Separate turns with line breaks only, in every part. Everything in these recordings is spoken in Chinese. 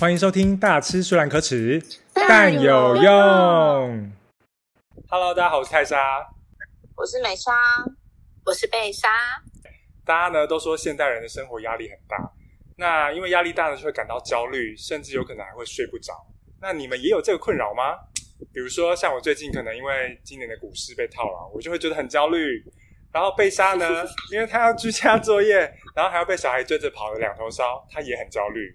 欢迎收听《大吃虽然可耻，
但有用》。
Hello，大家好，我是泰莎。
我是美莎，我是贝莎。
大家呢都说现代人的生活压力很大，那因为压力大呢就会感到焦虑，甚至有可能还会睡不着。那你们也有这个困扰吗？比如说像我最近可能因为今年的股市被套牢，我就会觉得很焦虑。然后贝 莎呢，因为她要居家作业，然后还要被小孩追着跑的两头烧，她也很焦虑。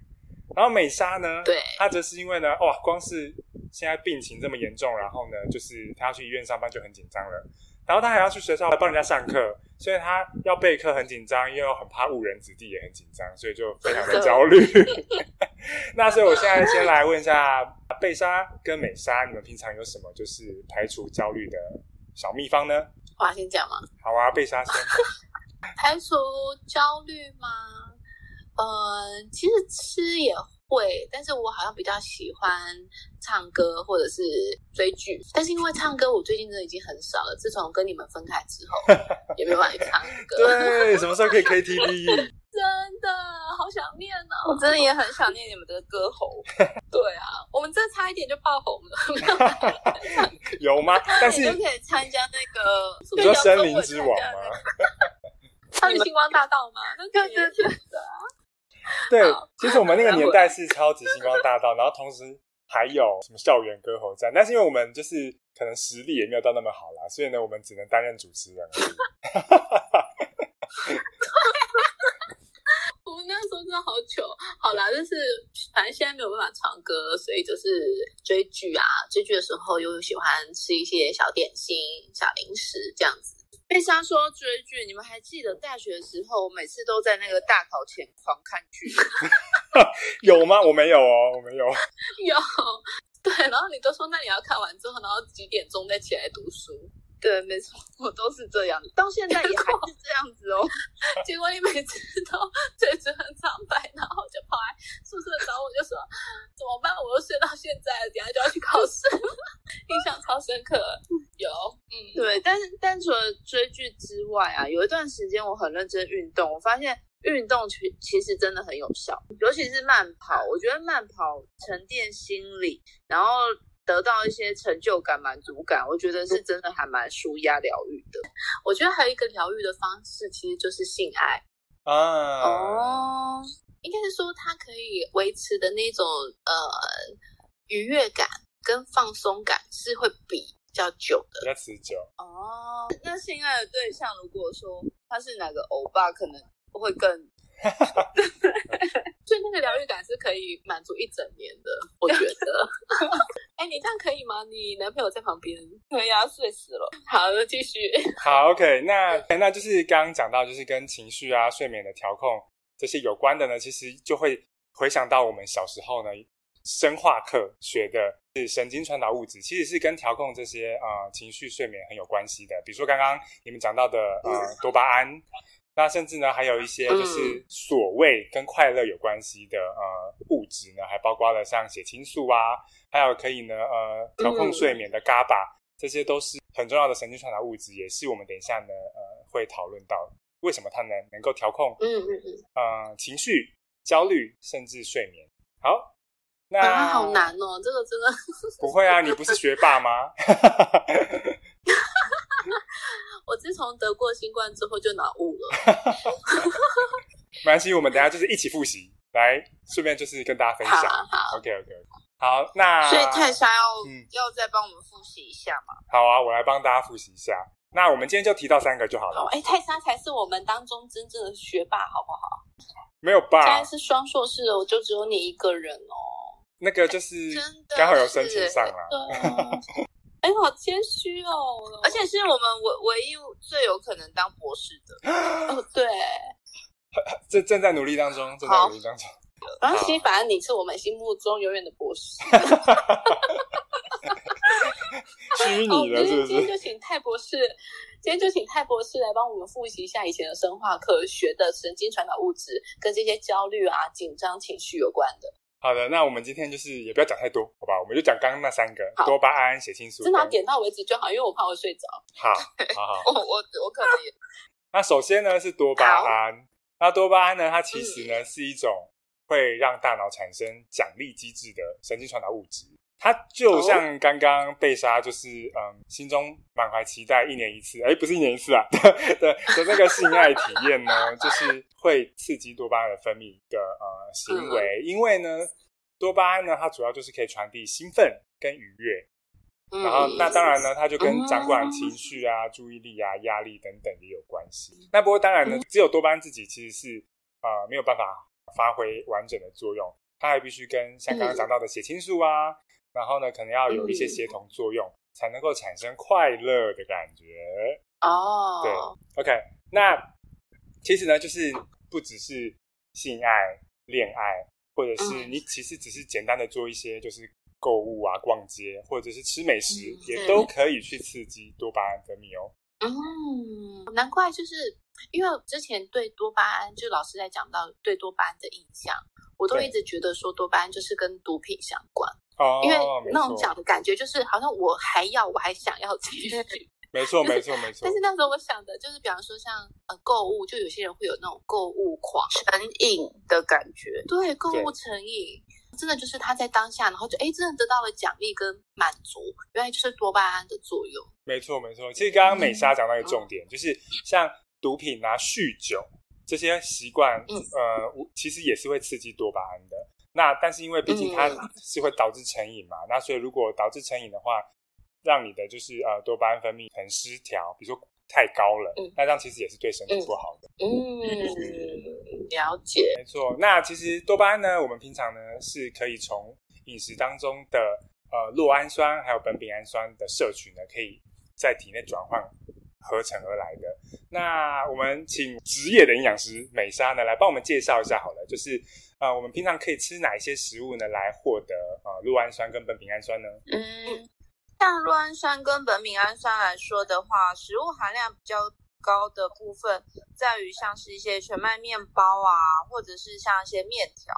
然后美莎呢，
对
她则是因为呢，哇，光是现在病情这么严重，然后呢，就是她要去医院上班就很紧张了，然后她还要去学校帮人家上课，所以她要备课很紧张，又很怕误人子弟，也很紧张，所以就非常的焦虑。那所以我现在先来问一下贝莎跟美莎，你们平常有什么就是排除焦虑的小秘方呢？
我要先讲吗？
好啊，贝莎先。
排除焦虑吗？呃，其实吃也会，但是我好像比较喜欢唱歌或者是追剧。但是因为唱歌，我最近真的已经很少了。自从跟你们分开之后， 也没有办法去唱歌。
对，什么时候可以 KTV？
真的好想念哦！我真的也很想念你们的歌 喉。对啊，我们这差一点就爆红了。
有吗？但是
你就可以参加那个，
你说森林之王
啊
吗？
唱《星光大道》吗？那个对对对，
对
好，
其实我们那个年代是超级星光大道，然后同时还有什么校园歌喉战，但是因为我们就是可能实力也没有到那么好啦，所以呢，我们只能担任主持人而已。
我们那时候真的好糗。好啦，但是反正现在没有办法唱歌，所以就是追剧啊。追剧的时候又喜欢吃一些小点心、小零食这样子。
贝莎哎说追剧，你们还记得大学的时候，我每次都在那个大考前狂看剧，
有吗？我没有哦，我没有。
有对，然后你都说那你要看完之后，然后几点钟再起来读书，
对，没错，我都是这样，到现在也还是这样子哦。
结果你每次都嘴唇很苍白，然后就跑来宿舍找我，就说怎么办？我又睡到现在了，等一下就要去考试了， 印象超深刻。有，嗯，
对，但是但除了追剧之外啊，有一段时间我很认真运动，我发现运动其其实真的很有效，尤其是慢跑，我觉得慢跑沉淀心理，然后得到一些成就感、满足感，我觉得是真的还蛮舒压疗愈的。
我觉得还有一个疗愈的方式，其实就是性爱。
啊，
哦，
应该是说它可以维持的那种呃愉悦感跟放松感是会比较久的。
比较持久。
哦，那性爱的对象如果说他是哪个欧巴，可能会更
所以那个疗愈感是可以满足一整年的，我觉得。 哎、你这样可以吗？你男朋友在旁边，
对呀、睡死了。
好，那继续。
好，OK，那那就是刚刚讲到，就是跟情绪啊、睡眠的调控这些有关的呢，其实就会回想到我们小时候呢，生化课学的是神经传导物质，其实是跟调控这些呃情绪、睡眠很有关系的。比如说刚刚你们讲到的呃多巴胺，那甚至呢还有一些就是所谓跟快乐有关系的呃物质呢，还包括了像血清素啊，还有可以呢呃调控
嗯
睡眠的 GABA，、这些都是很重要的神经传导物质，也是我们等一下呢呃会讨论到为什么它能能够调控
嗯嗯嗯，
呃情绪、焦虑甚至睡眠。好，那、
啊，好难哦，这个真的。
不会啊，你不是学霸吗？
我自从得过新冠之后就脑雾了。
没关系，我们等一下就是一起复习，来顺便就是跟大家分
好
享。
好，
OK OK，好，那
所以泰莎要、
呃嗯
要再帮我们复习一下嘛？
好啊，我来帮大家复习一下。那我们今天就提到三个就好
好
了，，
哎、泰莎才是我们当中真正的学霸，好不好？
没有
现
吧
在？是双硕士了，我就只有你一个人哦。
那个就是
真的
刚好有申请上啦。
对啊， 哎、好谦虚哦。
而且是我们唯唯一最有可能当博士的。
哦，对，
这正在努力当中，正在努力当中。
然后其实反正你是我们心目中永远的博士。
虚
哦，我
拟
们
的，是
今
不
天今天
是？
就请泰博士，今天就请泰博士来帮我们复习一下以前的生化课学的神经传导物质跟这些焦虑啊、紧张情绪有关的。
好的，那我们今天就是也不要讲太多，好吧？我们就讲刚刚那三个
好
多巴胺、血清素
真
跟。
的要点到为止就好，因为我怕我睡着。
好，好好。
我我我可能也
那首先呢是多巴胺，那多巴胺呢，它其实呢是一种会让大脑产生奖励机制的神经传导物质。它就像刚刚贝莎，就是嗯，心中满怀期待，一年一次，哎，不是一年一次啊， 对的那个性爱体验呢，就是会刺激多巴胺的分泌的呃行为，因为呢，多巴胺呢，它主要就是可以传递兴奋跟愉悦，
嗯
然后那当然呢，它就跟掌管情绪啊、注意力啊、压力等等也有关系。那不过当然呢，只有多巴胺自己其实是呃没有办法发挥完整的作用，它还必须跟像刚刚讲到的血清素啊，然后呢，可能要有一些协同作用，才能够产生快乐的感觉。对
哦，
OK，那其实呢，就是不只是性爱、恋爱，或者是
嗯
你其实只是简单的做一些就是购物啊、逛街，或者是吃美食，
嗯
也
嗯
都可以去刺激多巴胺分泌哦。
嗯，难怪就是因为之前对多巴胺，就老师在讲到对多巴胺的印象，我都
对
一直觉得说多巴胺就是跟毒品相关，
哦，
因为
没
那种
错，
讲的感觉就是好像我还要，我还想要继续。
没错，没错，没错
但。是那时候我想的就是，比方说像呃购物，就有些人会有那种购物狂，
成瘾的感觉，
对购物成瘾，真的就是他在当下，然后就哎真的得到了奖励跟满足，原来就是多巴胺的作用。
没错，没错。其实刚刚美
嗯
莎讲到一个重点，就是像毒品啊、酗酒这些习惯，
嗯
呃，我其实也是会刺激多巴胺的。那但是因为毕竟它
嗯
是会导致成瘾嘛，那所以如果导致成瘾的话，让你的就是呃多巴胺分泌很失调，比如说太高了，
嗯
那这样其实也是对身体不好的。
嗯，了解。
没错。那其实多巴胺呢，我们平常呢是可以从饮食当中的呃酪氨酸还有苯丙氨酸的摄取呢，可以在体内转换合成而来的。那我们请职业的营养师美莎呢来帮我们介绍一下好了，就是呃我们平常可以吃哪一些食物呢来获得呃酪氨酸跟苯丙氨酸呢？
嗯，像酪氨酸跟苯丙氨酸来说的话，食物含量比较高的部分在于像是一些全麦面包啊，或者是像一些面条，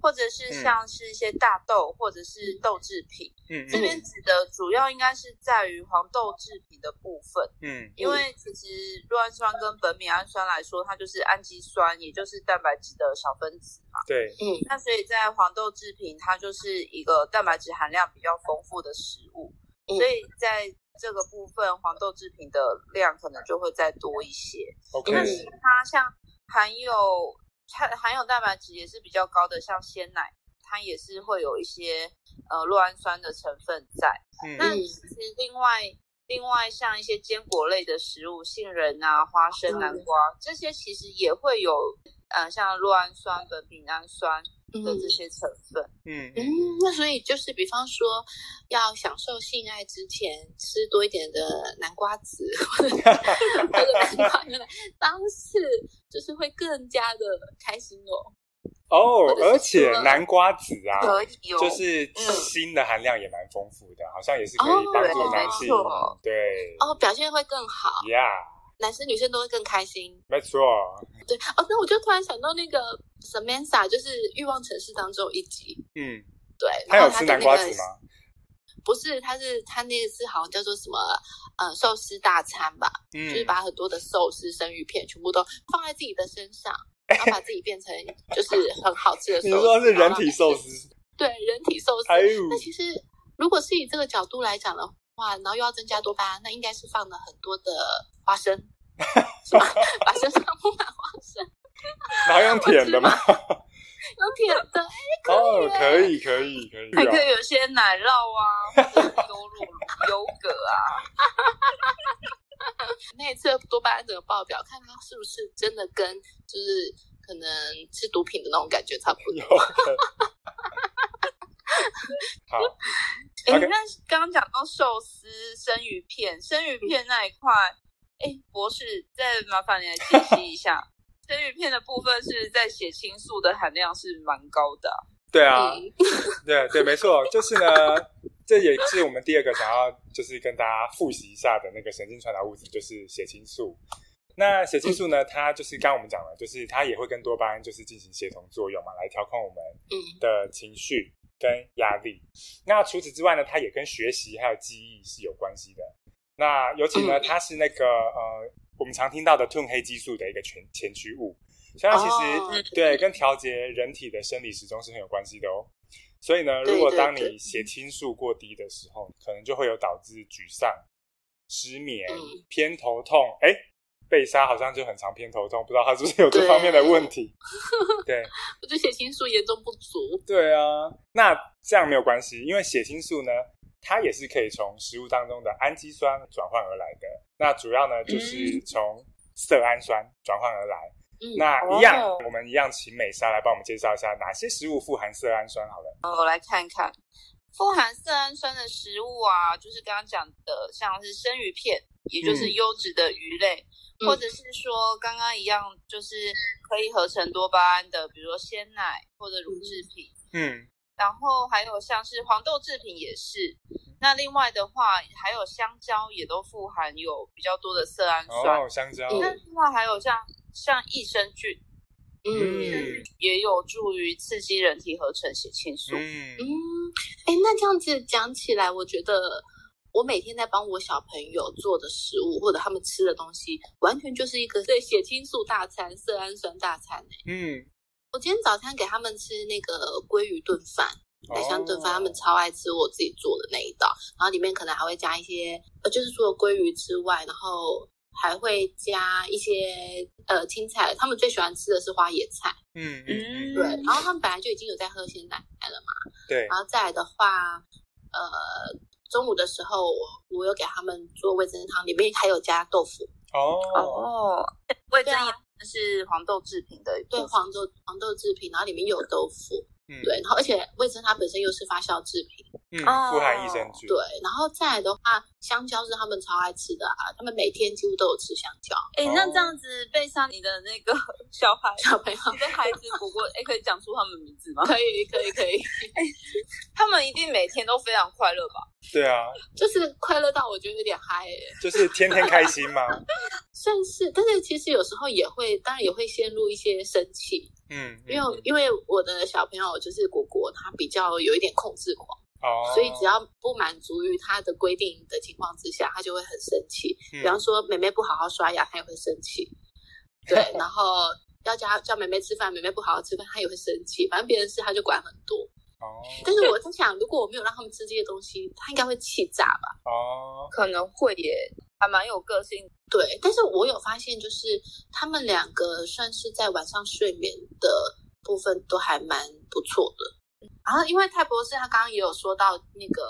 或者是像是一些大豆，或者是豆制品。
嗯
这边指的主要应该是在于黄豆制品的部分。
嗯
因为其实酪氨酸跟苯丙氨酸来说，它就是氨基酸，也就是蛋白质的小分子嘛。
对
嗯
那所以在黄豆制品，它就是一个蛋白质含量比较丰富的食物，
嗯
所以在这个部分，黄豆制品的量可能就会再多一些。
OK
那
嗯
其他像含有含含有蛋白质也是比较高的，像鲜奶，它也是会有一些呃酪氨酸的成分在。
嗯
那
嗯
其实另外另外像一些坚果类的食物，杏仁啊、花生、
嗯
南瓜、这些，其实也会有呃像酪氨酸、苯丙氨酸
嗯
的这些成分。
嗯
嗯，那所以就是，比方说，要享受性爱之前，吃多一点的南瓜子或者南瓜牛奶， 当时就是会更加的开心哦。
哦，
或者是
而且
说
南瓜籽啊，
可以哦，
就是锌的含量也蛮丰富的，好像也是可以帮助男性，
哦
对，
哦，表现会更好，
呀，
男生女生都会更开心。
没错，
对哦，那我就突然想到那个 Samantha，就是《欲望城市》当中有一集，
嗯，
对，
他
然后
有
他
吃
的
南
那
瓜
个
籽吗？
不是，他是他那个是好像叫做什么呃寿司大餐吧，
嗯
就是把很多的寿司、生鱼片全部都放在自己的身上，然后把自己变成就是很好吃的 寿
你
司。啊
说是人体寿
司？
司？
对，人体寿司。
哎呦，
那其实如果是以这个角度来讲的话，然后又要增加多巴胺，那应该是放了很多的花生， 是吧？把身上 铺满花生，
然后用舔的吗？
有甜的，哎
哦，可以，可以，可以
还可
哦，
以有些奶酪啊，或者是优酪、优格啊，
那一次的多巴胺整个爆表，看它是不是真的跟就是可能吃毒品的那种感觉差不
有
多。
的。 好，
哎
OK
那刚刚讲到寿司、生鱼片，生鱼片那一块，哎，博士，再麻烦你来解析一下， 生鱼片的部分是在血清素的含量是蛮高的啊、
对啊，
嗯
对对，没错，就是呢，这也是我们第二个想要就是跟大家复习一下的那个神经传导物质，就是血清素。那血清素呢，它就是刚刚我们讲了，就是它也会跟多巴胺就是进行协同作用嘛，来调控我们
嗯
的情绪跟压力。那除此之外呢，它也跟学习还有记忆是有关系的。那尤其呢，
嗯
它是那个呃，我们常听到的褪黑激素的一个前前驱物。所以它其实、
哦
对跟调节人体的生理时钟是很有关系的哦。所以呢，
对
如果
对
当
对
你血清素过低的时候，可能就会有导致沮丧、失眠、
嗯
偏头痛。哎，贝莎好像就很常偏头痛，不知道她是不是有这方面的问 题？对
我就血清素严重不足。
对啊，那这样没有关系，因为血清素呢，它也是可以从食物当中的氨基酸转换而来的。那主要呢就是从色氨酸转换而来。
嗯，
那一样，
哦
我们一样请美莎来帮我们介绍一下哪些食物富含色氨酸好了。
我来看看富含色氨酸的食物啊，就是刚刚讲的，像是生鱼片，也就是
嗯
优质的鱼类，
嗯
或者是说刚刚一样，就是可以合成多巴胺的，比如说鲜奶或者乳制品。
嗯，
然后还有像是黄豆制品也是，那另外的话还有香蕉也都富含有比较多的色氨酸。
哦，香蕉，
那另外还有像像益生菌
嗯
嗯
也有助于刺激人体合成血清素。
嗯
嗯，哎、那这样子讲起来，我觉得我每天在帮我小朋友做的食物或者他们吃的东西，完全就是一个对血清素大餐、色氨酸大餐、欸、
嗯，
我今天早餐给他们吃那个鲑鱼炖饭，
哦
海哎香炖饭，他们超爱吃我自己做的那一道，然后里面可能还会加一些，呃，就是除了鲑鱼之外，然后还会加一些呃青菜，他们最喜欢吃的是花椰菜，
嗯嗯
对
嗯，，
然后他们本来就已经有在喝鲜奶了嘛，
对，
然后再来的话，呃，中午的时候我我有给他们做味噌汤，里面还有加豆腐，
哦，
哦，味
对
增
啊
也是黄豆制品的一部
对，
分
黄豆黄豆制品，然后里面有豆腐，
嗯
对，然后而且味噌它本身又是发酵制品。
嗯，
哦
富含益生菌，
对，然后再来的话，香蕉是他们超爱吃的啊，他们每天几乎都有吃香蕉。
哎、
哦
那这样子背上你的那个 小孩，
小朋友
你的孩子果果，哎、可以讲出他们名字吗？
可以，可以，可以，
他们一定每天都非常快乐吧？
对啊，
就是快乐到我觉得有点嗨、欸，
就是天天开心嘛，
算是，但是其实有时候也会，当然也会陷入一些生气，
嗯，
因为
嗯
因为我的小朋友就是果果，他比较有一点控制狂，
哦，
所以只要不满足于他的规定的情况之下，他就会很生气。
嗯
比方说妹妹不好好刷牙，她也会生气。对，然后要叫她叫妹妹吃饭，妹妹不好好吃饭，她也会生气。反正别人事她就管很多。
哦
但是我在想，如果我没有让他们吃这些东西，她应该会气炸吧？
哦，
可能会耶，还蛮有个性。
对，但是我有发现，就是他们两个算是在晚上睡眠的部分都还蛮不错的。然后，因为泰博士他刚刚也有说到那个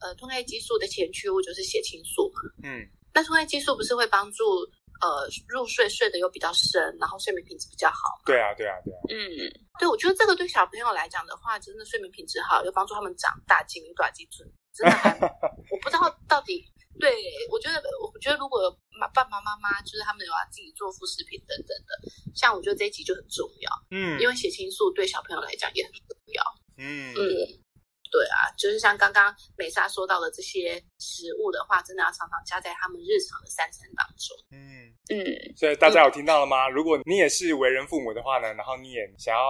呃褪黑激素的前驱物就是血清素嘛，
嗯
那褪黑激素不是会帮助呃入睡睡得又比较深，然后睡眠品质比较好？
对啊对啊对啊，
嗯，
对，我觉得这个对小朋友来讲的话，真的睡眠品质好，又帮助他们长大精英短肌准，真的还我不知道到底。对，我觉得，我觉得如果有妈爸爸妈妈就是他们有要啊自己做副食品等等的，像我觉得这一集就很重要，
嗯，
因为血清素对小朋友来讲也很重要。
嗯
嗯，对啊，就是像刚刚美莎说到的这些食物的话，真的要常常加在他们日常的三餐当中。
嗯。
嗯，
所以大家有听到了吗？如果你也是为人父母的话呢，然后你也想要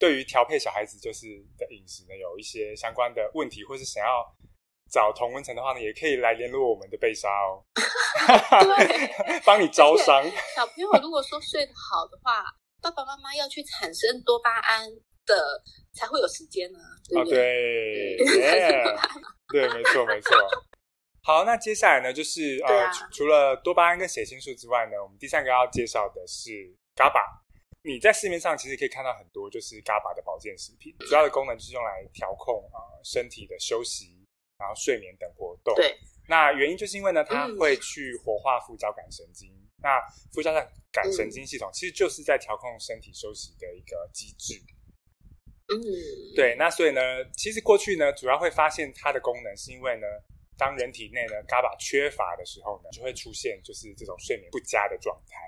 对于调配小孩子就是的饮食呢有一些相关的问题，或是想要找同温层的话呢，也可以来联络我们的贝莎哦， 帮你招商。
小朋友如果说睡得好的话，爸爸妈妈要去产生多巴胺的，才会有时间呢、啊，对
啊，
不对？
对，耶对，没错，没错。好，那接下来呢，就是
对
呃，
啊
除除了多巴胺跟血清素之外呢，我们第三个要介绍的是 GABA。你在市面上其实可以看到很多就是 GABA 的保健食品，主要的功能就是用来调控啊、呃身体的休息，然后睡眠等活动。
对，
那原因就是因为呢，它
嗯
会去活化副交感神经。那副交感
嗯
神经系统其实就是在调控身体休息的一个机制。
嗯，
对，那所以呢，其实过去呢，主要会发现它的功能是因为呢，当人体内呢 GABA 缺乏的时候呢，就会出现就是这种睡眠不佳的状态，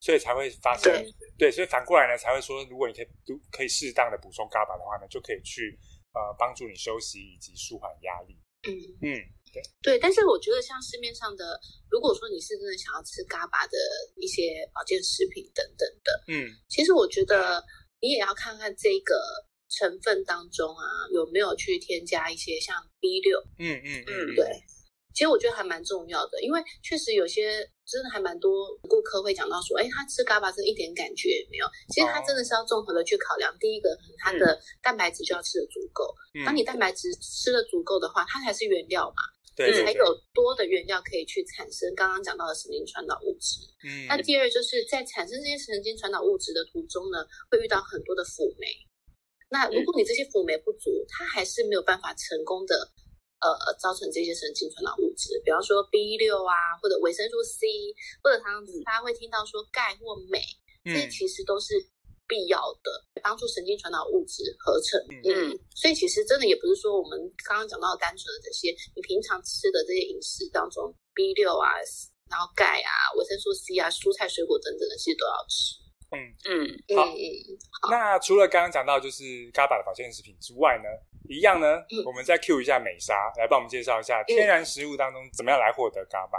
所以才会发生
对
啊对，所以反过来呢，才会说，如果你可以都可以适当的补充 GABA 的话呢，就可以去呃帮助你休息以及舒缓压力。
嗯，
嗯，
对。但是我觉得像市面上的，如果说你是真的想要吃 GABA 的一些保健食品等等的，
嗯，
其实我觉得你也要看看这个成分当中啊有没有去添加一些像 B 六，
嗯嗯嗯，
嗯
对，其实我觉得还蛮重要的，因为确实有些真的还蛮多顾客会讲到说，哎，他吃嘎巴真的一点感觉也没有。其实他
哦
真的是要综合的去考量，第一个他的蛋白质就要吃的足够，
嗯
当你蛋白质吃的足够的话，它才是原料嘛，
对对
才
嗯对，
有多的原料可以去产生刚刚讲到的神经传导物质。
嗯
那第二就是在产生这些神经传导物质的途中呢，会遇到很多的辅酶。那如
嗯
果你这些辅酶不足，它还是没有办法成功的呃呃造成这些神经传导物质，比方说 B 六啊，或者维生素 C，或者常常大家会听到说钙或镁，这些
嗯
其实都是必要的，帮助神经传导物质合成。
嗯
嗯，所以其实真的也不是说我们刚刚讲到的单纯的这些，你平常吃的这些饮食当中，B 六啊，然后钙啊、维生素 C 啊、蔬菜水果等等的，其实都要吃。
嗯，
嗯，
好
嗯嗯，
那除了刚刚讲到就是嘎巴的保健食品之外呢，一样呢，
嗯
我们再 Q 一下美莎来帮我们介绍一下天然食物当中怎么样来获得嘎巴。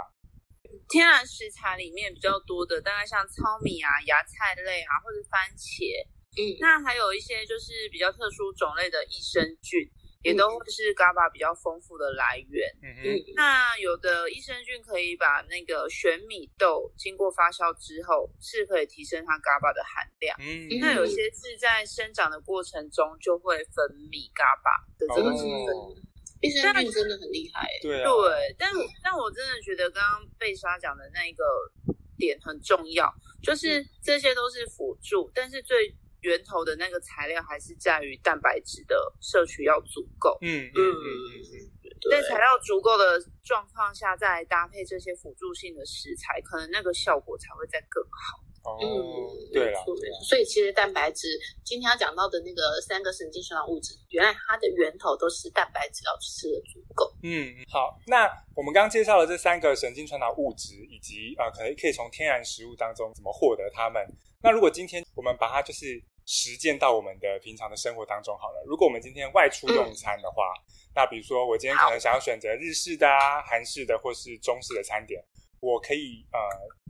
天然食材里面比较多的，大概像糙米啊、芽菜类啊，或者番茄，
嗯
那还有一些就是比较特殊种类的益生菌，也都会是 GABA 比较丰富的来源。
嗯
嗯
哼，
那有的益生菌可以把那个玄米豆经过发酵之后，是可以提升它 GABA 的含量。
嗯，
嗯
那有些是在生长的过程中就会分泌 GABA 的这
真
个
的是
哦
益生菌真的很厉害。
对啊，
对，但但我真的觉得刚刚贝莎讲的那个点很重要，就是这些都是辅助，但是最源头的那个材料还是在于蛋白质的摄取要足够。
嗯嗯
嗯
嗯嗯
在材料足够的状况下，再搭配这些辅助性的食材，可能那个效果才会再更好。
嗯，哦
嗯，，
对了，
了
对啊了，，
所以其实蛋白质今天要讲到的那个三个神经传导物质，原来它的源头都是蛋白质要吃的足够。
嗯，嗯好，那我们刚刚介绍了这三个神经传导物质，以及呃，可以可以从天然食物当中怎么获得它们。那如果今天我们把它就是实践到我们的平常的生活当中好了。如果我们今天外出用餐的话，那比如说我今天可能想要选择日式的啊、韩式的或是中式的餐点，我可以呃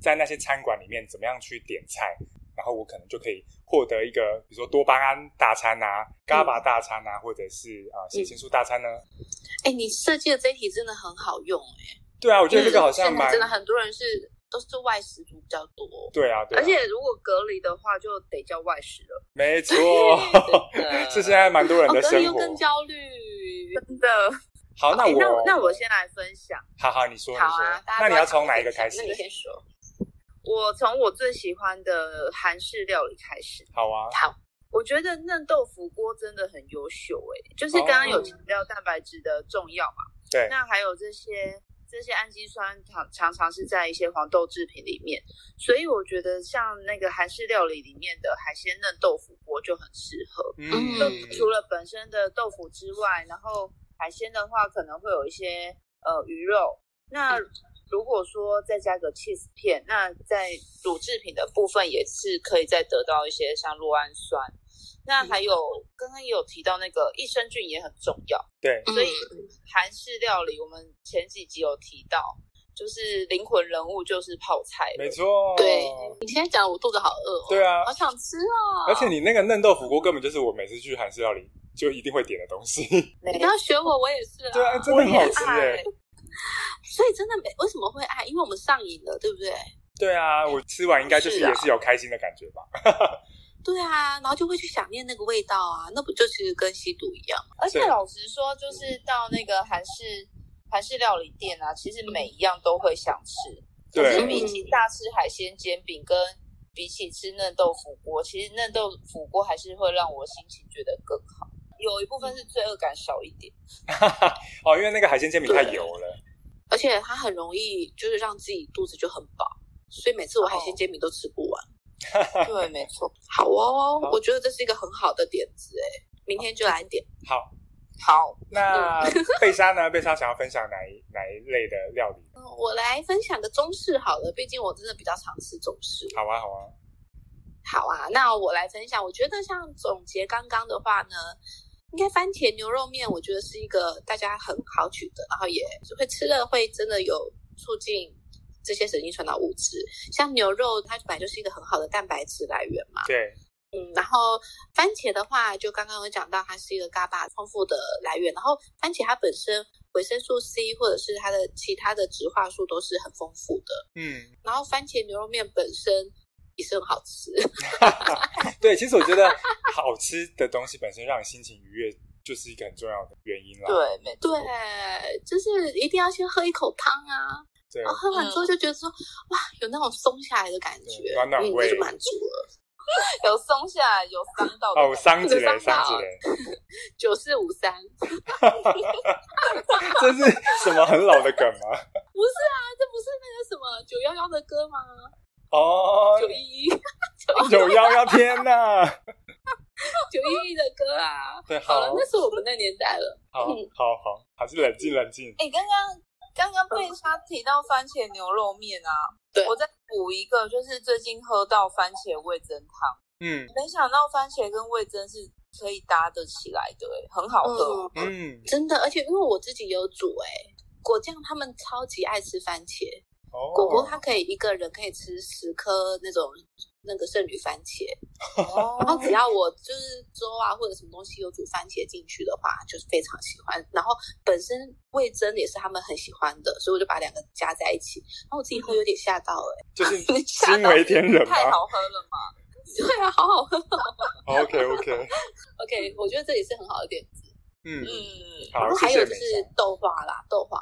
在那些餐馆里面怎么样去点菜，然后我可能就可以获得一个比如说多巴胺大餐啊、伽巴大餐啊，或者是啊血清素大餐呢？
哎，你设计的这一题真的很好用哎、
对啊，我觉得这个好像
现在
蛮
真的很多人是都是外食族比较多。
对啊，对啊，
而且如果隔离的话，就得叫外食了。
没错，
真的
这现在蛮多人
哦，
的
隔离
生
又
活。
更焦虑。
真的，
好，哦那
诶
我
那那我先来分享。
好好你说你
好啊
说，，
大家
那你
都
要
要
从哪一个开始
那？你先说。
我从我最喜欢的韩式料理开始。
好啊，
好，
我觉得嫩豆腐锅真的很优秀诶、就是刚
哦
刚有强调蛋白质的重要嘛，
对，
那还有这些这些氨基酸常常常是在一些黄豆制品里面，所以我觉得像那个韩式料理里面的海鲜嫩豆腐锅就很适合。
嗯，
就除了本身的豆腐之外，然后海鲜的话可能会有一些呃鱼肉。那如果说再加个 cheese 片，那在乳制品的部分也是可以再得到一些像酪氨酸。那还有刚刚也有提到那个益生菌也很重要，
对，
所以
嗯
韩式料理我们前几集有提到，就是灵魂人物就是泡菜了，
没错，
对你现在讲，我肚子好饿哦。
对啊
好想吃哦。
而且你那个嫩豆腐锅根本就是我每次去韩式料理就一定会点的东西，
你不要学我，我也是、啊。
对啊，真的很好吃
我也
哎
爱，
所以真的没为什么会爱，因为我们上瘾了，对不对？
对啊，我吃完应该就是
是啊
也是有开心的感觉吧，
对啊，然后就会去想念那个味道啊，那不就是跟吸毒一样吗？
而且
对
老实说，就是到那个韩式韩式料理店啊，其实每一样都会想吃。可是
嗯对，
比起大吃海鲜煎饼跟比起吃嫩豆腐锅，其实嫩豆腐锅还是会让我心情觉得更好。有一部分是罪恶感少一 点，
哦，因为那个海鲜煎饼太油了，
而且它很容易就是让自己肚子就很饱，所以每次我海鲜煎饼都吃不完。
对，没错。
好哦，
好
我觉得这是一个很好的点子哎，明天就来点。
好，
好，
那贝莎呢？贝莎想要分享哪一哪一类的料理？
嗯我来分享个中式好了，毕竟我真的比较常吃中式。
好啊，好啊，
好啊，那我来分享。我觉得像总结刚刚的话呢，应该番茄牛肉面，我觉得是一个大家很好取的，然后也会吃了会真的有促进这些神经传导物质。像牛肉，它本来就是一个很好的蛋白质来源嘛。
对，
嗯，然后番茄的话，就刚刚有讲到，它是一个嘎巴丰富的来源。然后番茄它本身维生素 C 或者是它的其他的植化素都是很丰富的。
嗯，
然后番茄牛肉面本身也是很好吃，
对，其实我觉得好吃的东西本身让你心情愉悦，就是一个很重要的原因啦。
对，没
对
错，，
就是一定要先喝一口汤啊，
对
然后喝完之后就觉得说，哇，有那种松下来的感
对
觉，
暖暖
嗯
胃
那就满足了。
有松下来，有伤到的感觉。
哦，桑子
这
嘞，
个
桑
伤
子
到
嘞，
九四五三，这
这是什么很老的梗吗？
不是那个什么九幺幺的歌吗？
嗯哦，
九一一，九一
九幺幺，天 哪！
九一一的歌啊。
对，
好
好，
了，那是我们那年代了。
好，好，好，还是冷静冷静。
哎、刚刚刚刚贝莎提到番茄牛肉面啊，
对
我再补一个，就是最近喝到番茄味噌汤，
嗯
没想到番茄跟味噌是可以搭得起来的、哎，很好喝。
嗯，
嗯，
真的，而且因为我自己有煮哎、果酱他们超级爱吃番茄，
哦，
果果他可以一个人可以吃十颗那种那个剩女番茄，然后
哦
嗯
只要我就是粥啊或者什么东西有煮番茄进去的话，就是非常喜欢。然后本身味噌也是他们很喜欢的，所以我就把两个加在一起。然后我自己喝有点吓到哎、
嗯就是
有点吓
惊
到，
为天人
太
吗
好喝了嘛！
对啊，好好喝。
？OK OK，
OK，我觉得这也是很好的点子。
嗯，
嗯，
好
然后，
谢
还
谢
有
美
就是
莎。
豆花啦，豆花。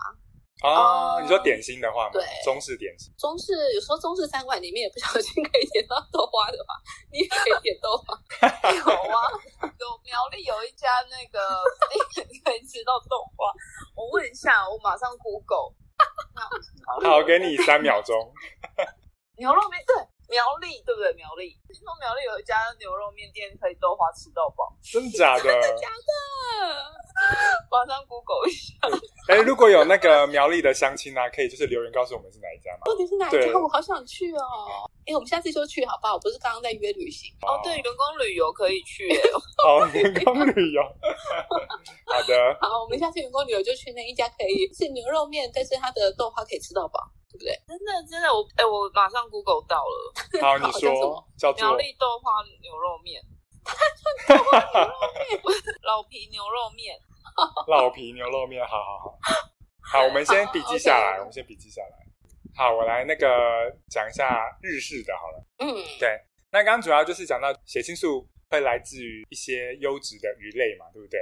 啊，
哦
你说点心的话吗？
对
中式点心。
中式有时候中式餐馆里面也不小心可以点到豆花的吧，你也可以点豆 花。
有啊，有苗栗有一家那个店可以吃到豆花，我问一下，我马上 Google。
哦
好，我给你三秒 钟。
牛肉面，对苗栗，对不对？苗栗，听说苗栗有一家牛肉面店可以豆花吃到饱，
真的假的？
马上 Google 一下。
哎，如果有那个苗栗的相亲啊，可以就是留言告诉我们是哪一家 吗？
到底是哪一
对
家？我好想去哦！哎，我们下次就去好不好？我不是刚刚在约旅行，
哦，对，员工旅游可以 去耶，
哦，员工旅 游。好的，
好，我们下次员工旅游就去那一家，可以是牛肉面，但是它的豆花可以吃到饱，对不对？
真的真的，我哎，我马上 Google 到了
好，你
好叫什
说
么
叫做
苗栗豆花牛肉 面，老皮牛肉面，
老皮牛肉面。好好好，好，我们先笔记下来，
好，OK
我们先笔记下来。好，我来那个讲一下日式的好了。
嗯，
对，那刚刚主要就是讲到血清素会来自于一些优质的鱼类嘛，对不对？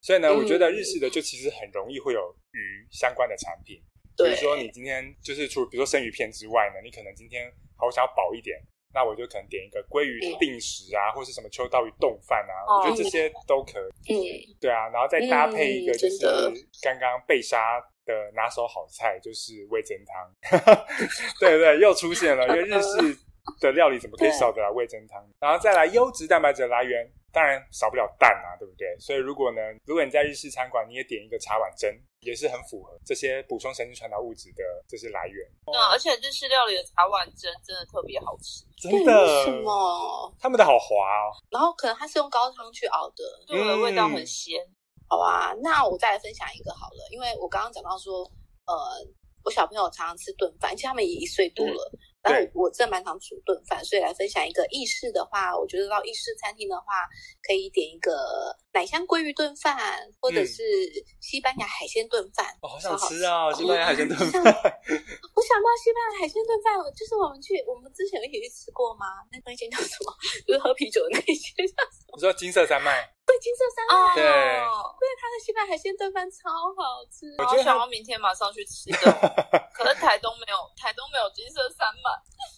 所以呢，
嗯
我觉得日式的就其实很容易会有鱼相关的产品，比
对
如，说你今天就是除比如说生鱼片之外呢，你可能今天好想要饱一点，那我就可能点一个鲑鱼定食啊，或是什么秋刀鱼冻饭啊，
哦
我觉得这些都可以。
嗯，
对啊，然后再搭配一个
嗯
就是
真的
刚刚被杀的拿手好菜，就是味噌汤。 对对，又出现了，因为日式的料理怎么可以少得了味噌汤？然后再来优质蛋白质的来源，当然少不了蛋啊，对不对？所以如果呢，如果你在日式餐馆，你也点一个茶碗蒸，也是很符合这些补充神经传导物质的这些来源。
对啊，而且日式料理的茶碗蒸真的特别好吃，
真
对为什
的，
么？
他们的好滑哦。
然后可能它是用高汤去熬的，
对，
嗯
味道很鲜。
好啊，那我再来分享一个好了，因为我刚刚讲到说，呃，我小朋友常常吃炖饭，其实他们也一岁多了，然后
嗯对
我我真的蛮常煮炖饭，所以来分享一个意式的话，我觉得到意式餐厅的话，可以点一个奶香鲑鱼炖饭，或者
嗯
是西班牙海鲜炖饭。
我、好
超
想
好
吃啊！西班牙海鲜炖
像
饭，
我想到西班牙海鲜炖饭，就是我们去我们之前有一起去吃过吗？那那间叫什么？就是喝啤酒的那一间，
你说金色山脉，
对，金色山脉。
哦，
对
它的西班牙海鲜炖饭超好吃，
我好想要明天马上去吃 的，可是台东没有，台东没有金色山脉。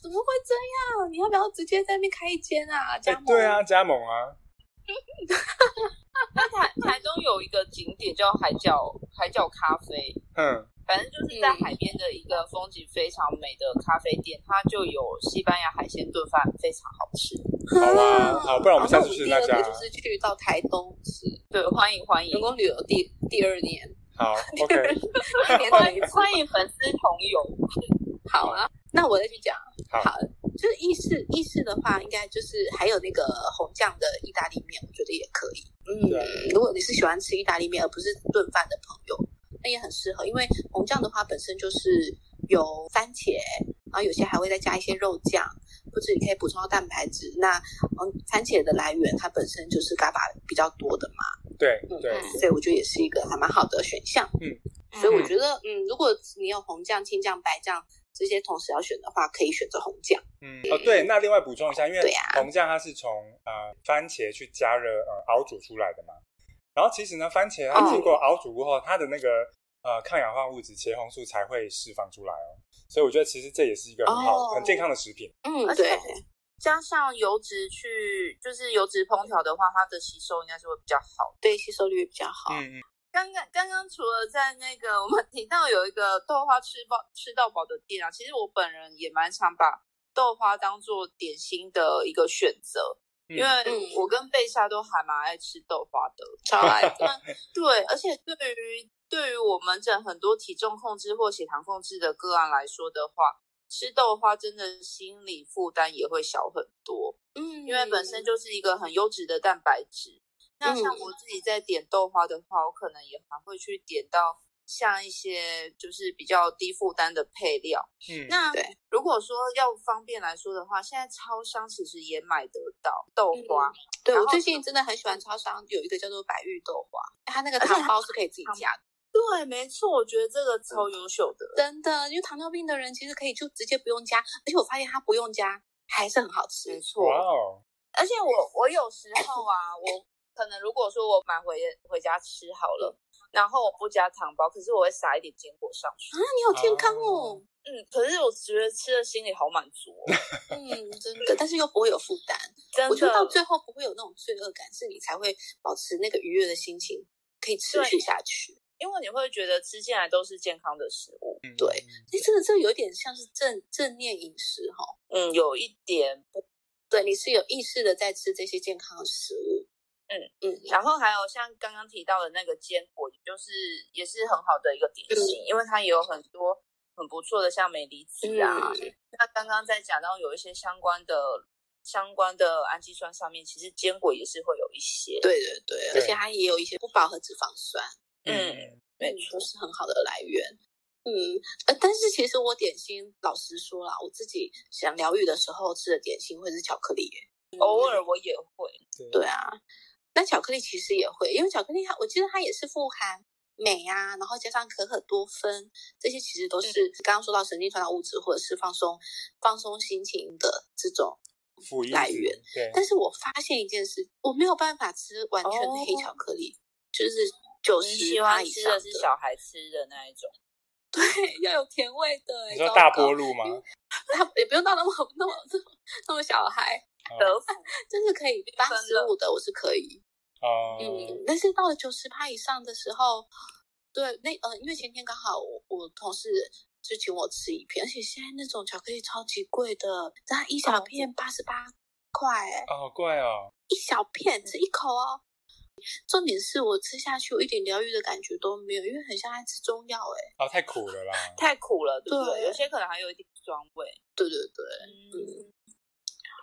怎么会这样？你要不要直接在那边开一间啊？加
哎
盟、，
对啊，加盟啊，
但台台东有一个景点叫海角海角咖啡，
嗯，
反正就是在海边的一个风景非常美的咖啡店，它就有西班牙海鲜炖饭，非常好吃。
好啦，
啊
好，不然我们下次去
第
那
二
家
个。就是去到台东吃
对，欢迎欢迎
员，工旅游第第二年，
好，OK，
一 年
欢
等
迎
一次。
欢迎粉丝同游。
好啊，那我再去讲。
好
就是意式意式的话，应该就是还有那个红酱的意大利面，我觉得也可以。
对
嗯，如果你是喜欢吃意大利面而不是炖饭的朋友，那也很适合，因为红酱的话本身就是有番茄，然后有些还会再加一些肉酱，不止你可以补充到蛋白质。那嗯，番茄的来源它本身就是嘎巴比较多的嘛，
对
嗯
对，
所以我觉得也是一个还蛮好的选项。
嗯，
所以我觉得，嗯，如果你有红酱、青酱、白酱这些同时要选的话，可以选择红酱。
嗯，哦对，那另外补充一下，因为
对呀啊
红酱它是从呃番茄去加热呃熬煮出来的嘛，然后其实呢，番茄它
哦
经过熬煮过后，它的那个呃抗氧化物质茄红素才会释放出来哦，所以我觉得其实这也是一个很好、
哦
很健康的食品。
嗯
而，且
对，
加上油脂去，就是油脂烹调的话，它的吸收应该是会比较好。
对，吸收率比较好。
嗯嗯，
刚刚刚刚除了在那个我们提到有一个豆花吃饱吃到饱的店啊，其实我本人也蛮常把豆花当做点心的一个选择，
嗯
因为我跟贝莎都还蛮爱吃豆花的。
超 爱的。
那对，而且对于对于我们这很多体重控制或血糖控制的个案来说的话，吃豆花真的心理负担也会小很多，
嗯，
因为本身就是一个很优质的蛋白质。那像
嗯
我自己在点豆花的话，我可能也还会去点到像一些就是比较低负担的配料。
嗯
那
对
如果说要方便来说的话，现在超商其实也买得到豆花，
对
然
我
后嗯
最近真的很喜欢超商有一个叫做白玉豆花，它那个
而且
糖
它
包是可以自己
糖
加的。
对，没错，我觉得这个超
嗯
优秀的。
真的，因为糖尿病的人其实可以就直接不用加，而且我发现它不用加还是很好吃。
没
哇
错，
哦，
而且我我有时候啊，我可能如果说我买回回家吃好了，然后我不加糖包，可是我会撒一点坚果上去。
你好健康哦，
嗯，可是我觉得吃的心里好满足、 哦，
嗯，真的，但是又不会有负担。
真的。
我觉得到最后不会有那种罪恶感，是你才会保持那个愉悦的心情，可以持续
对
下去。
因为你会觉得吃进来都是健康的食物，
嗯
对哎，真的，这有点像是正正念饮食哈、哦。
嗯，有一点不。
对，你是有意识的在吃这些健康的食物。
嗯
嗯，
然后还有像刚刚提到的那个坚果，就是也是很好的一个点心，因为它也有很多很不错的，像镁离子啊，
嗯
那刚刚在讲到有一些相关的相关的氨基酸上面，其实坚果也是会有一些。，
对对对，而且它也有一些不饱和脂肪酸，
嗯
没
嗯
错。
都是很好的来源。嗯，呃，但是其实我点心，老实说啦，我自己想疗愈的时候吃的点心会是巧克力耶，
偶尔我也会，
对啊，但巧克力其实也会，因为巧克力它，我记得它也是富含镁啊，然后加上可可多酚，这些其实
嗯
都是刚刚说到神经传导物质或者是放松放松心情的这种。
辅音
来
子
源
对，
但是我发现一件事，我没有办法吃完全的黑
哦
巧克力，就是九
你
十
喜欢
趴以
吃
上
的是小孩吃的那一种。
对，要有甜味的欸。
你说
糟
大
糕
波路吗？
他也不用到 那么那么 那么那么小孩，
哦
德芙
就是可以八十五的我是可以，
哦
嗯，但是到了九十趴以上的时候，对，那呃，因为前天刚好我我同事就请我吃一片，而且现在那种巧克力超级贵的，它一小
哦
片八十八块、欸，
哦，好贵哦，
一小片吃一口哦。重点是我吃下去，我一点疗愈的感觉都没有，因为很像在吃中药哎、
哦太苦了啦。
太苦了，对不对？
对
有些可能还有一点酸味。
对对对，
嗯。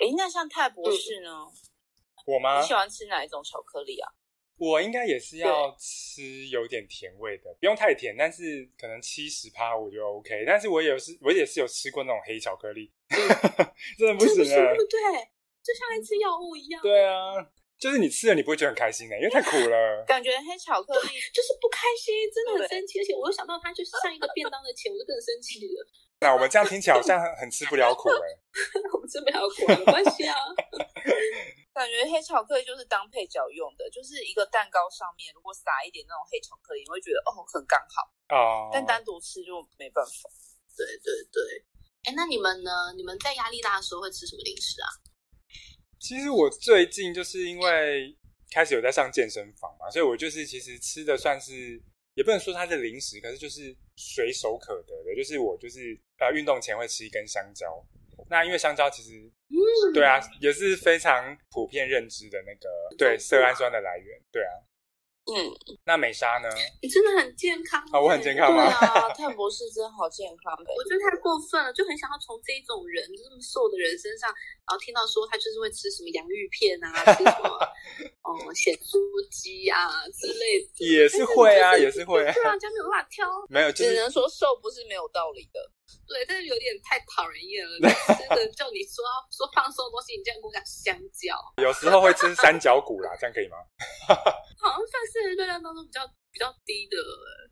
诶，那像泰博士呢？
我吗？
你喜欢吃哪一种巧克力啊？
我应该也是要吃有点甜味的，不用太甜，但是可能七十趴我就 OK。但是我也是，我也是有吃过那种黑巧克力， 真的不
真
行
的
哎、
对不对？就像在吃药物一样。
对啊，就是你吃了你不会觉得很开心的、因为太苦了。
感觉黑巧克力
就是不开心，真的很
对
生气，而且我又想到它就是像一个便当的钱，我就更生气了。
那我们这样听起来好像很很吃不了苦哎、
我们吃不了苦，没关系 啊。
感觉黑巧克力就是当配角用的，就是一个蛋糕上面如果撒一点那种黑巧克力，你会觉得哦很刚好，
哦，
但单独吃就没办法。
对对对。哎，那你们呢？你们在压力大的时候会吃什么零食啊？
其实我最近就是因为开始有在上健身房嘛，所以我就是其实吃的算是也不能说它是零食，可是就是随手可得的，就是我就是呃运动前会吃一根香蕉。那因为香蕉其实
嗯
对啊，也是非常普遍认知的那个对色氨酸的来源，对啊。
嗯，
那美莎呢？
你真的很健康欸
啊我很
耶
健康干嘛
对啊，泰博士真好健康欸呗。
我觉得太过分了，就很想要从这一种人就这么瘦的人身上，然后听到说他就是会吃什么洋芋片啊，吃什么哦咸猪鸡啊之 类的，
也是会啊，
但
也
就是
会、啊
对，啊，就没有办法挑
没有就
只
是
能说瘦不是没有道理的，
对，但是有点太讨人厌了。真的叫你说要说放松的东西，你竟然跟我讲香蕉，
有时候会吃三角骨啦，这样可以吗？
好像算是热量当中比较比比较低的，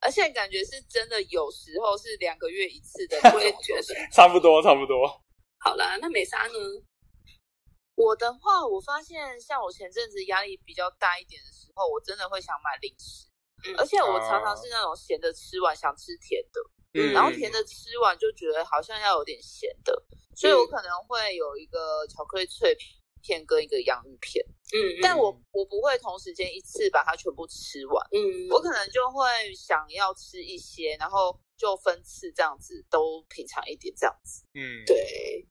而且感觉是真的，有时候是两个月一次的那种
我也觉得。
差不多，差不多。
好啦，那美莎呢？
我的话，我发现像我前阵子压力比较大一点的时候，我真的会想买零食，
嗯
而且
哦
我常常是那种咸的吃完想吃甜的，
嗯，
然后甜的吃完就觉得好像要有点咸的，所以我可能会有一个巧克力脆片跟一个洋芋片，
嗯，
但我我不会同时间一次把它全部吃完，
嗯，
我可能就会想要吃一些，然后就分次这样子都品尝一点这样子。
嗯，
对，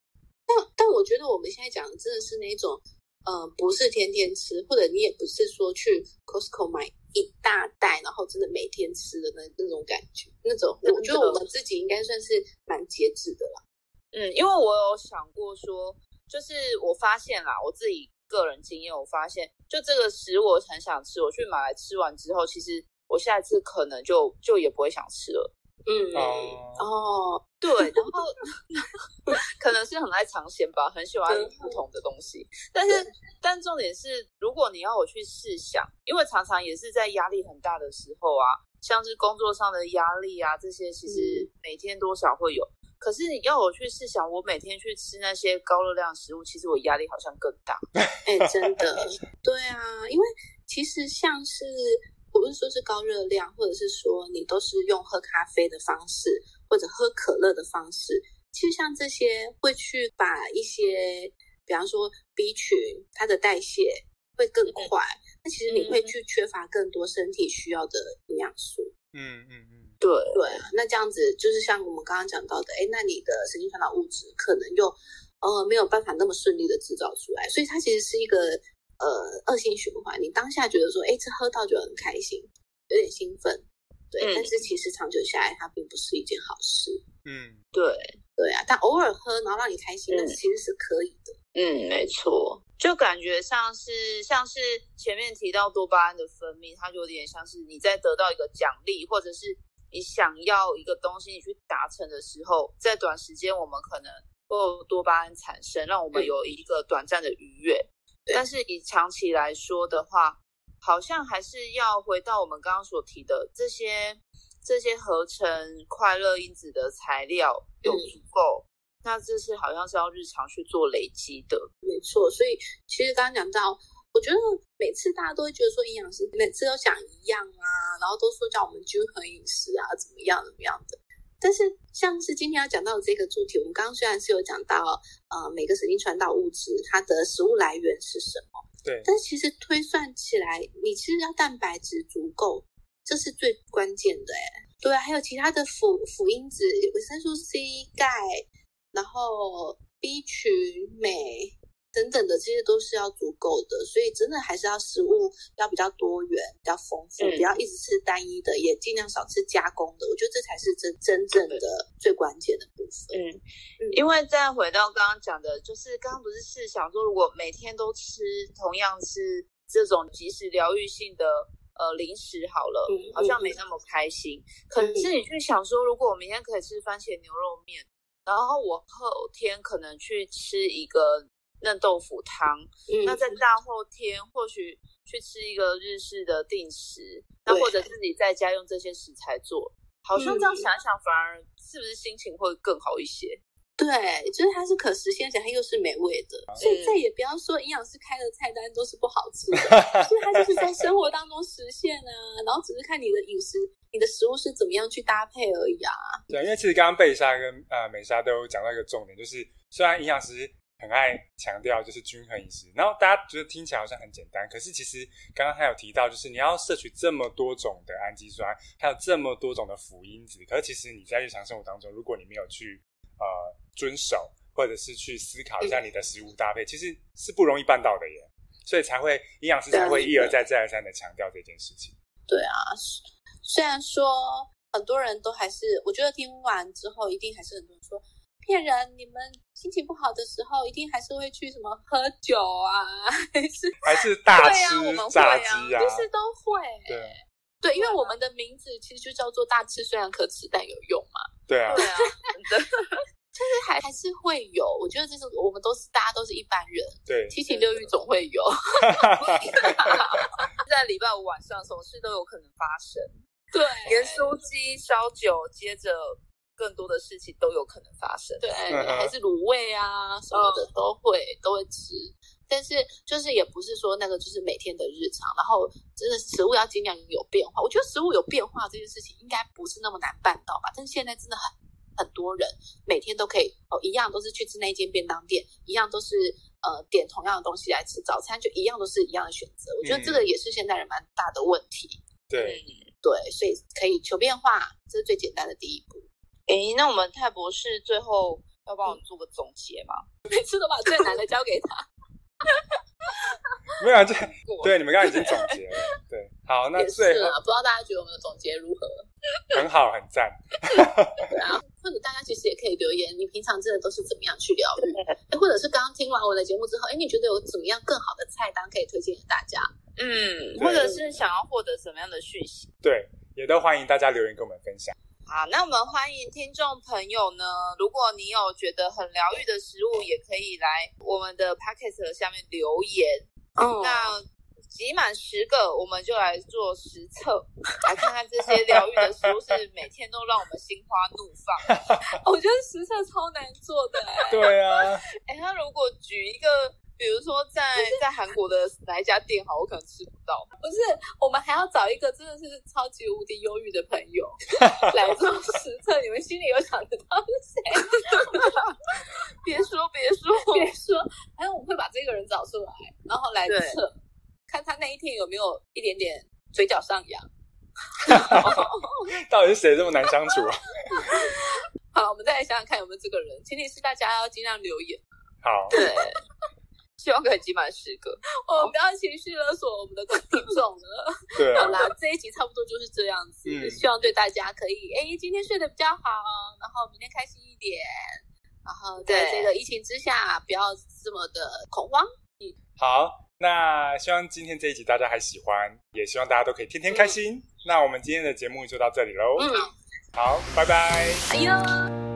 但但我觉得我们现在讲的真的是那种，呃，不是天天吃，或者你也不是说去 Costco 买一大袋，然后真的每天吃的那那种感觉，那种我觉
真
得
的
我们自己应该算是蛮节制的啦。
嗯，因为我有想过说，就是我发现啦，我自己个人经验，我发现就这个食物我很想吃，我去买来吃完之后，其实我下一次可能就就也不会想吃了。
嗯，
哦，
哦，
对，然后 可能是很爱尝鲜吧，很喜欢
嗯
不同的东西。但是，但重点是，如果你要我去试想，因为常常也是在压力很大的时候啊，像是工作上的压力啊，这些其实每天多少会有。可是你要我去试想，我每天去吃那些高热量食物，其实我压力好像更大。
哎、真的，对啊，因为其实像是我不是说是高热量，或者是说你都是用喝咖啡的方式，或者喝可乐的方式，其实像这些会去把一些，比方说 B 群，它的代谢会更快，那其实你会去缺乏更多身体需要的营养素。
嗯嗯嗯，
对，
对啊，那这样子就是像我们刚刚讲到的，哎，那你的神经传导物质可能又呃没有办法那么顺利的制造出来，所以它其实是一个呃恶性循环。你当下觉得说，哎，这喝到就很开心，有点兴奋，对，
嗯
但是其实长久下来，它并不是一件好事。
嗯，
对，
对啊，但偶尔喝，然后让你开心，那
嗯
其实是可以的。
嗯，没错，就感觉像是像是前面提到多巴胺的分泌，它就有点像是你在得到一个奖励，或者是你想要一个东西，你去达成的时候，在短时间我们可能会有多巴胺产生，让我们
嗯
有一个短暂的愉悦。
对
但是以长期来说的话，好像还是要回到我们刚刚所提的这些这些合成快乐因子的材料有
嗯
足够，那这是好像是要日常去做累积的。
没错，所以其实刚刚讲到，我觉得每次大家都会觉得说营养师每次都讲一样啊，然后都说叫我们均衡饮食啊，怎么样怎么样的。但是像是今天要讲到的这个主题，我们刚刚虽然是有讲到呃每个神经传导物质它的食物来源是什么，
对，
但是其实推算起来，你其实要蛋白质足够，这是最关键的哎。对啊，还有其他的辅辅因子，维生素 C、钙，然后 B 群、镁，等等的，这些都是要足够的，所以真的还是要食物要比较多元、比较丰富，
嗯
不要一直吃单一的，也尽量少吃加工的。我觉得这才是真真正的最关键的部分。
嗯，因为再回到刚刚讲的，就是刚刚不是是想说，如果每天都吃同样吃这种即时疗愈性的呃零食好了，
嗯
好像没那么开心。可是你去想说，如果我明天可以吃番茄牛肉面，然后我后天可能去吃一个嫩豆腐汤，
嗯
那在大后天或许去吃一个日式的定时，那
对
或者自己在家用这些食材做，好像这样
嗯
想一想，反而是不是心情会更好一些？
对，就是它是可实现，而且它又是美味的，所以再也不要说营养师开的菜单都是不好 吃的，所以它就是在生活当中实现啊，然后只是看你的饮食、你的食物是怎么样去搭配而已啊。
对，因为其实刚刚贝莎跟呃美莎都有讲到一个重点，就是虽然营养师很爱强调就是均衡饮食，然后大家觉得听起来好像很简单，可是其实刚刚还有提到，就是你要摄取这么多种的氨基酸，还有这么多种的辅因子，可是其实你在日常生活当中，如果你没有去呃遵守，或者是去思考一
嗯
下你的食物搭配，其实是不容易办到的耶，所以才会营养师才会一而再再而三的强调这件事情。
虽然说很多人都还是，我觉得听完之后，一定还是很多人说骗人。你们心情不好的时候，一定还是会去什么喝酒啊，还是
还是大
对
吃
啊，我们会
炸
啊，
鸡呀、
就是都会。
对
对，因为我们的名字其实就叫做“大吃”，虽然可耻，但有用嘛。
对
嗯
啊，
对啊， 真的，
但还还是会有，我觉得这是我们都是大家都是一般人，
对，
七情六欲总会有。
在礼拜五晚上什么事都有可能发生。
对，
盐酥鸡、烧酒，接着更多的事情都有可能发生。
对，
嗯哼
还是卤味啊什么的都会、都会吃，但是就是也不是说那个就是每天的日常，然后真的食物要尽量有变化。我觉得食物有变化这件事情应该不是那么难办到吧，但是现在真的很很多人每天都可以哦，一样都是去吃那间便当店，一样都是。呃，点同样的东西来吃，早餐就一样都是一样的选择。我觉得这
嗯
个也是现代人蛮大的问题。
对，
对，所以可以求变化，这是最简单的第一步。
诶，那我们泰博士最后要帮我们做个总结吗？
每次都把最难的交给他。
没有 啊，这对你们刚刚已经总结了，对，好， 那
也是
最后
啊，不知道大家觉得我们的总结如何？
很好，很赞，
或者大家其实也可以留言，你平常真的都是怎么样去疗愈？哎，或者是刚刚听完我的节目之后，哎，你觉得有怎么样更好的菜单可以推荐给大家？
嗯，
对
或者是想要获得什么样的讯息？
对，也都欢迎大家留言跟我们分享。
好，那我们欢迎听众朋友呢，如果你有觉得很疗愈的食物，也可以来我们的 podcast 下面留言。
哦
那集满十个，我们就来做实测， 来看看这些疗愈的食物是每天都让我们心花怒放。
我觉得实测超难做的、哎
对啊，
哎，那如果举一个，比如说在在韩国的哪一家店好，我可能吃不到。
不是，我们还要找一个真的是超级无敌忧郁的朋 友来做实测，你们心里有想得到是谁？
别说别说，
别说，哎，我们会把这个人找出来，然后来
对
测，看他那一天有没有一点点嘴角上扬。
到底是谁这么难相处啊？
好，我们再来想想看有没有这个人，前提是大家要尽量留言，
好，
对，希望可以集满十个。
我哦们不要情绪勒索我们的听众了。
对
好
啊，
啦，这一集差不多就是这样子，
嗯
希望对大家可以，哎，今天睡得比较好，然后明天开心一点，然后在
对
这个疫情之下不要这么的恐慌。
好，那希望今天这一集大家还喜欢，也希望大家都可以天天开心。那我们今天的节目就到这里喽，
嗯，
好，拜拜。
哎呦。